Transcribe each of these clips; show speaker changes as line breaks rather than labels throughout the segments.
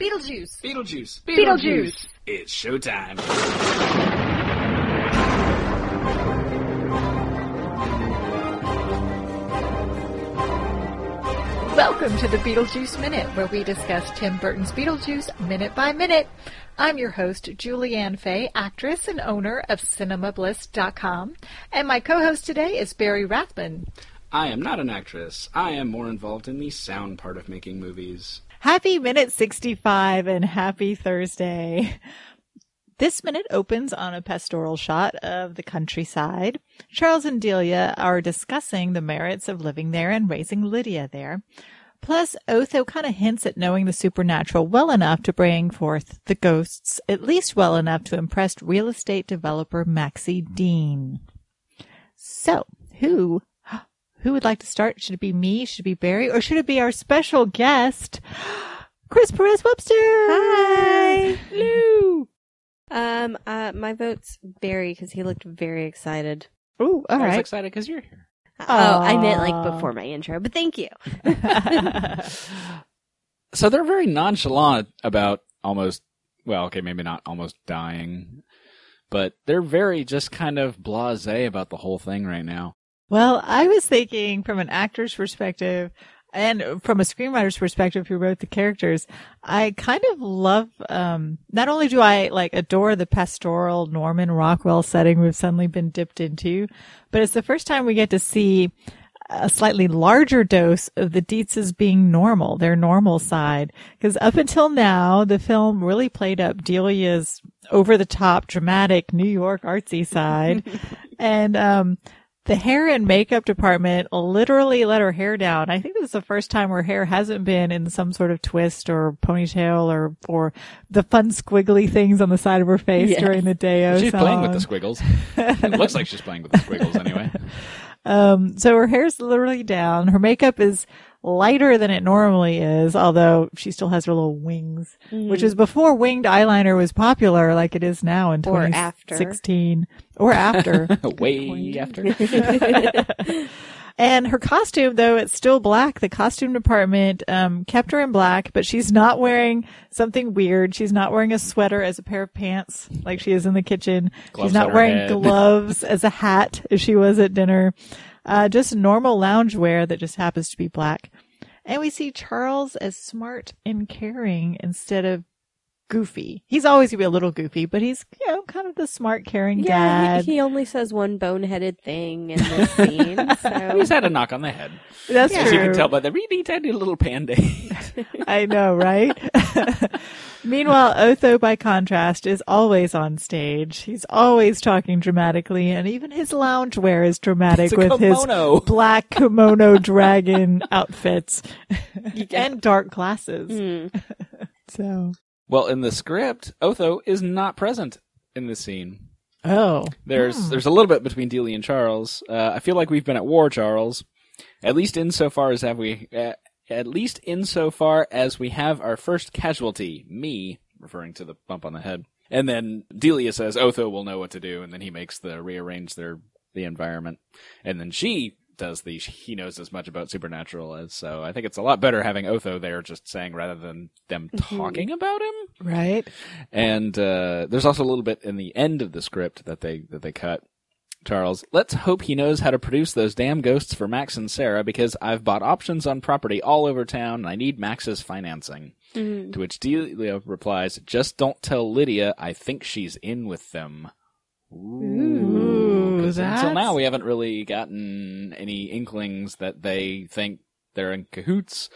Beetlejuice.
Beetlejuice.
Beetlejuice.
It's showtime.
Welcome to the Beetlejuice Minute, where we discuss Tim Burton's Beetlejuice minute by minute. I'm your host, Julianne Fay, actress and owner of CinemaBliss.com, and my co-host today is Barry Rathman.
I am not an actress. I am more involved in the sound part of making movies.
Happy minute 65 and happy Thursday. This minute opens on a pastoral shot of the countryside. Charles and Delia are discussing the merits of living there and raising Lydia there. Plus, Otho kind of hints at knowing the supernatural well enough to bring forth the ghosts, at least well enough to impress real estate developer Maxie Dean. So, who who would like to start? Should it be me? Should it be Barry? Or should it be our special guest, Chris Perez Webster? Hi. Lou.
Um, uh, my vote's Barry because he looked very excited.
Ooh, all
I was
right.
excited because you're here.
Oh, I meant
Aw.
like before my intro, but thank you.
So they're very nonchalant about almost, well, okay, maybe not almost dying, but they're very just kind of blasé about the whole thing right now.
well, I was thinking from an actor's perspective and from a screenwriter's perspective who wrote the characters, I kind of love, um, not only do I like adore the pastoral Norman Rockwell setting we've suddenly been dipped into, but it's the first time we get to see a slightly larger dose of the Dietzes being normal, their normal side. Because up until now, the film really played up Delia's over the top, dramatic New York artsy side. and, um, the hair and makeup department literally let her hair down. I think this is the first time her hair hasn't been in some sort of twist or ponytail or, or the fun squiggly things on the side of her face
Yes.
during the Deo
she's playing with
song.
the squiggles. it looks like she's playing with the squiggles anyway.
Um, so her hair's literally down. Her makeup is lighter than it normally is, although she still has her little wings, which was before winged eyeliner was popular like it is now in
Or
2016 or after.
Way after.
and her costume, though it's still black, the costume department, um, kept her in black, but she's not wearing something weird. She's not wearing a sweater as a pair of pants like she is in the kitchen.
Gloves
she's not
on her
wearing
head.
gloves. gloves as a hat if she was at dinner. Uh, just normal lounge wear that just happens to be black. And we see Charles as smart and caring instead of goofy. He's always gonna be a little goofy, but he's, you know, kind of the smart, caring
Yeah,
dad.
he, he only says one boneheaded thing in this scene.
And he's
So
had a knock on the head.
That's
Yeah.
As you
true.
can tell by the really tiny little pandy.
I know, right? Meanwhile, Otho, by contrast, is always on stage. He's always talking dramatically, and even his loungewear is dramatic
It's a
with
kimono.
his black kimono dragon outfits and dark glasses.
Mm.
So,
Well, in the script, Otho is not present in this scene.
oh,
There's there's a little bit between Dealey and Charles. Uh, I feel like we've been at war, Charles. At least insofar as have we. Uh, at least insofar as we have our first casualty, me, referring to the bump on the head. And then Delia says Otho will know what to do, and then he makes the rearrange their the environment, and then she does the he knows as much about supernatural as so. I think it's a lot better having Otho there, just saying rather than them talking about him.
right.
And uh, there's also a little bit in the end of the script that they that they cut. Charles, let's hope he knows how to produce those damn ghosts for Max and Sarah because I've bought options on property all over town and I need Max's financing.
Mm-hmm.
To which Delia replies, "Just don't tell Lydia. I think she's in with them."
Ooh,
'Cause until
that's-
now, we haven't really gotten any inklings that they think they're in cahoots,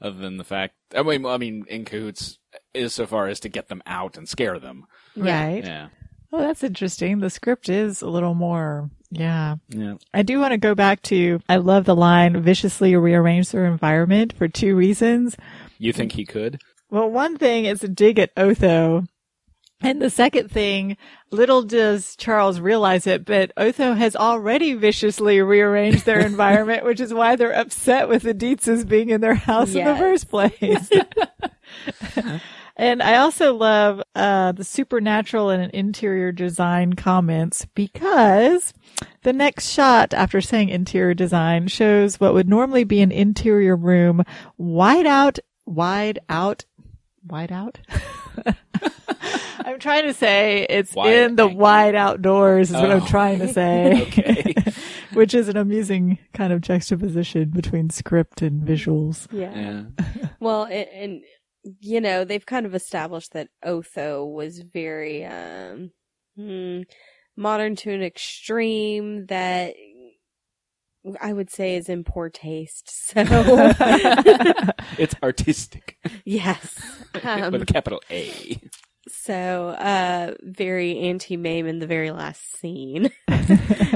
other than the fact. I mean, I mean, in cahoots is so far as to get them out and scare them.
right.
Yeah.
Oh, that's interesting. The script is a little more, yeah.
Yeah.
I do want to go back to, I love the line, viciously rearrange their environment for two reasons.
You think he could?
Well, one thing is a dig at Otho. And the second thing, little does Charles realize it, but Otho has already viciously rearranged their environment, which is why they're upset with the Dietzes being in their house in the
Yes.
first place. and I also love uh, the supernatural and interior design comments because the next shot after saying interior design shows what would normally be an interior room wide out, wide out wide out. I'm trying to say it's
Wide
in the
angle.
wide outdoors is what I'm
Oh.
trying to say.
Okay.
Which is an amusing kind of juxtaposition between script and visuals.
Yeah.
Yeah.
Well, and, and you know they've kind of established that Otho was very um, hmm, modern to an extreme that I would say is in poor taste. So
It's artistic,
yes,
with
um,
a capital A.
so uh, very anti Mame in the very last scene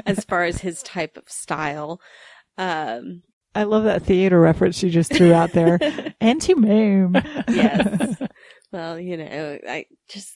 as far as his type of style. Um,
I love that theater reference you just threw out there. Anti-mame.
yes. well, you know, I just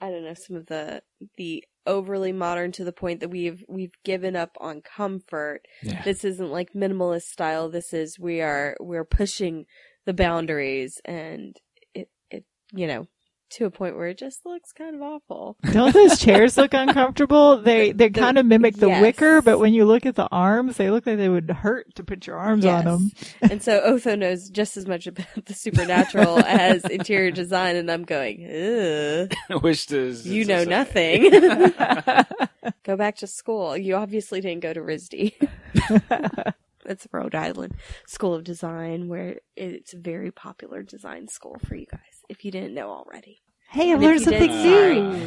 I don't know some of the the overly modern to the point that we've we've given up on comfort.
Yeah.
This isn't like minimalist style. This is we are we're pushing the boundaries and it it you know to a point where it just looks kind of awful.
Don't those chairs look uncomfortable? They they
The-
kind of mimic the
yes.
wicker, but when you look at the arms, they look like they would hurt to put your arms on them.
and so Otho knows just as much about the supernatural as interior design, and I'm going, Ugh,
Which does
you
it's
know
just-
nothing. go back to school. You obviously didn't go to RISD. It's Rhode Island School of Design, where it's a very popular design school for you guys. If you didn't know already,
hey, I've
And if
learned
you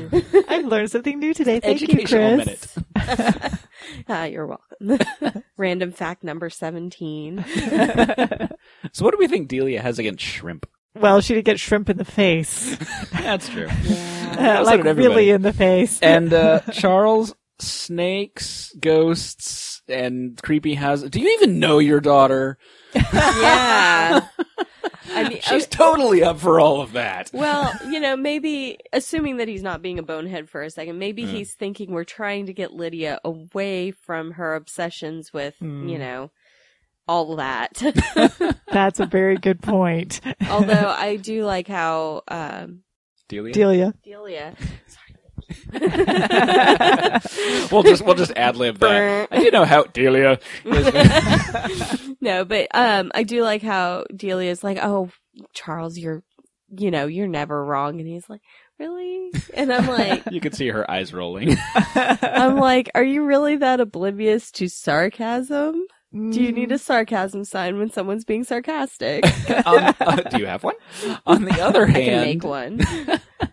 did,
something
sorry.
new. I've learned something new today. Thank you,
Educational
Chris.
minute.
ah, you're welcome. Random fact number seventeen.
So, what do we think Delia has against shrimp?
Well, she did get shrimp in the face,
That's true.
Yeah.
Yeah, so
like
did everybody.
really in the face.
And uh, Charles, snakes, ghosts, and creepy houses. Do you even know your daughter?
yeah. I mean,
She's
okay,
totally up for all of that.
well, you know, maybe assuming that he's not being a bonehead for a second, maybe he's thinking we're trying to get Lydia away from her obsessions with,
Hmm.
you know, all that.
That's a very good point,
Although I do like how um,
Delia.
Delia.
Delia.
we'll just we'll just ad lib that. I do know how Delia.
no, but um, I do like how Delia is like, "Oh, Charles, you're, you know, you're never wrong," and he's like, "Really?" And I'm like,
You can see her eyes rolling.
"I'm like, are you really that oblivious to sarcasm? Do you
Mm.
need a sarcasm sign when someone's being sarcastic?
Um, uh, do you have one? On the other
I can
hand,
make one.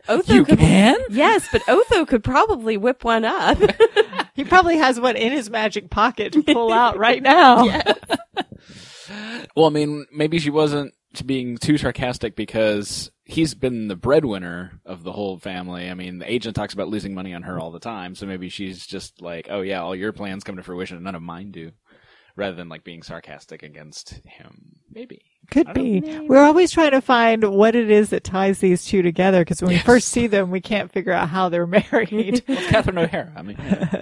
Otho
you
could,
can.
yes, but Otho could probably whip one up.
He probably has one in his magic pocket to pull out right now.
Well, I mean, maybe she wasn't being too sarcastic because he's been the breadwinner of the whole family. I mean, the agent talks about losing money on her all the time, so maybe she's just like, "Oh yeah, all your plans come to fruition, and none of mine do," rather than like being sarcastic against him. Maybe.
Could
I
be.
don't
We're always trying to find what it is that ties these two together because when we
Yes.
first see them, we can't figure out how they're married.
Well, it's Catherine O'Hara. I mean,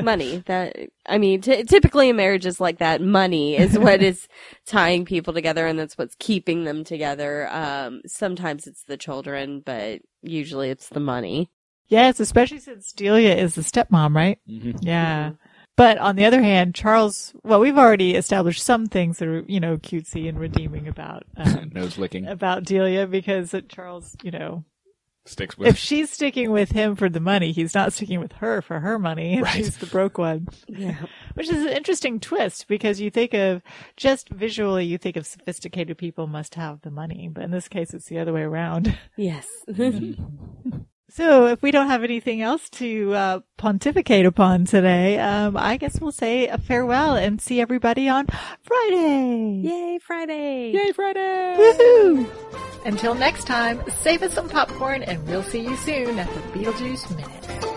money that i mean t- typically in marriages like that money is what is tying people together and that's what's keeping them together um sometimes it's the children but usually it's the money
yes, especially since Delia is the stepmom, right?
Mhm.
Yeah. But on the other hand, Charles, well, we've already established some things that are, you know, cutesy and redeeming about, um,
Mm-hmm. nose licking
about Delia because uh, Charles, you know,
sticks with.
if she's sticking with him for the money, he's not sticking with her for her money.
Right.
She's the broke one.
yeah
Which is an interesting twist because you think of just visually, you think of sophisticated people must have the money, but in this case, it's the other way around.
yes
Mm-hmm.
So if we don't have anything else to uh, pontificate upon today, um, I guess we'll say a farewell and see everybody on Friday.
yay friday
Yay, Friday!
Woohoo! Until next time, save us some popcorn and we'll see you soon at the Beetlejuice Minute.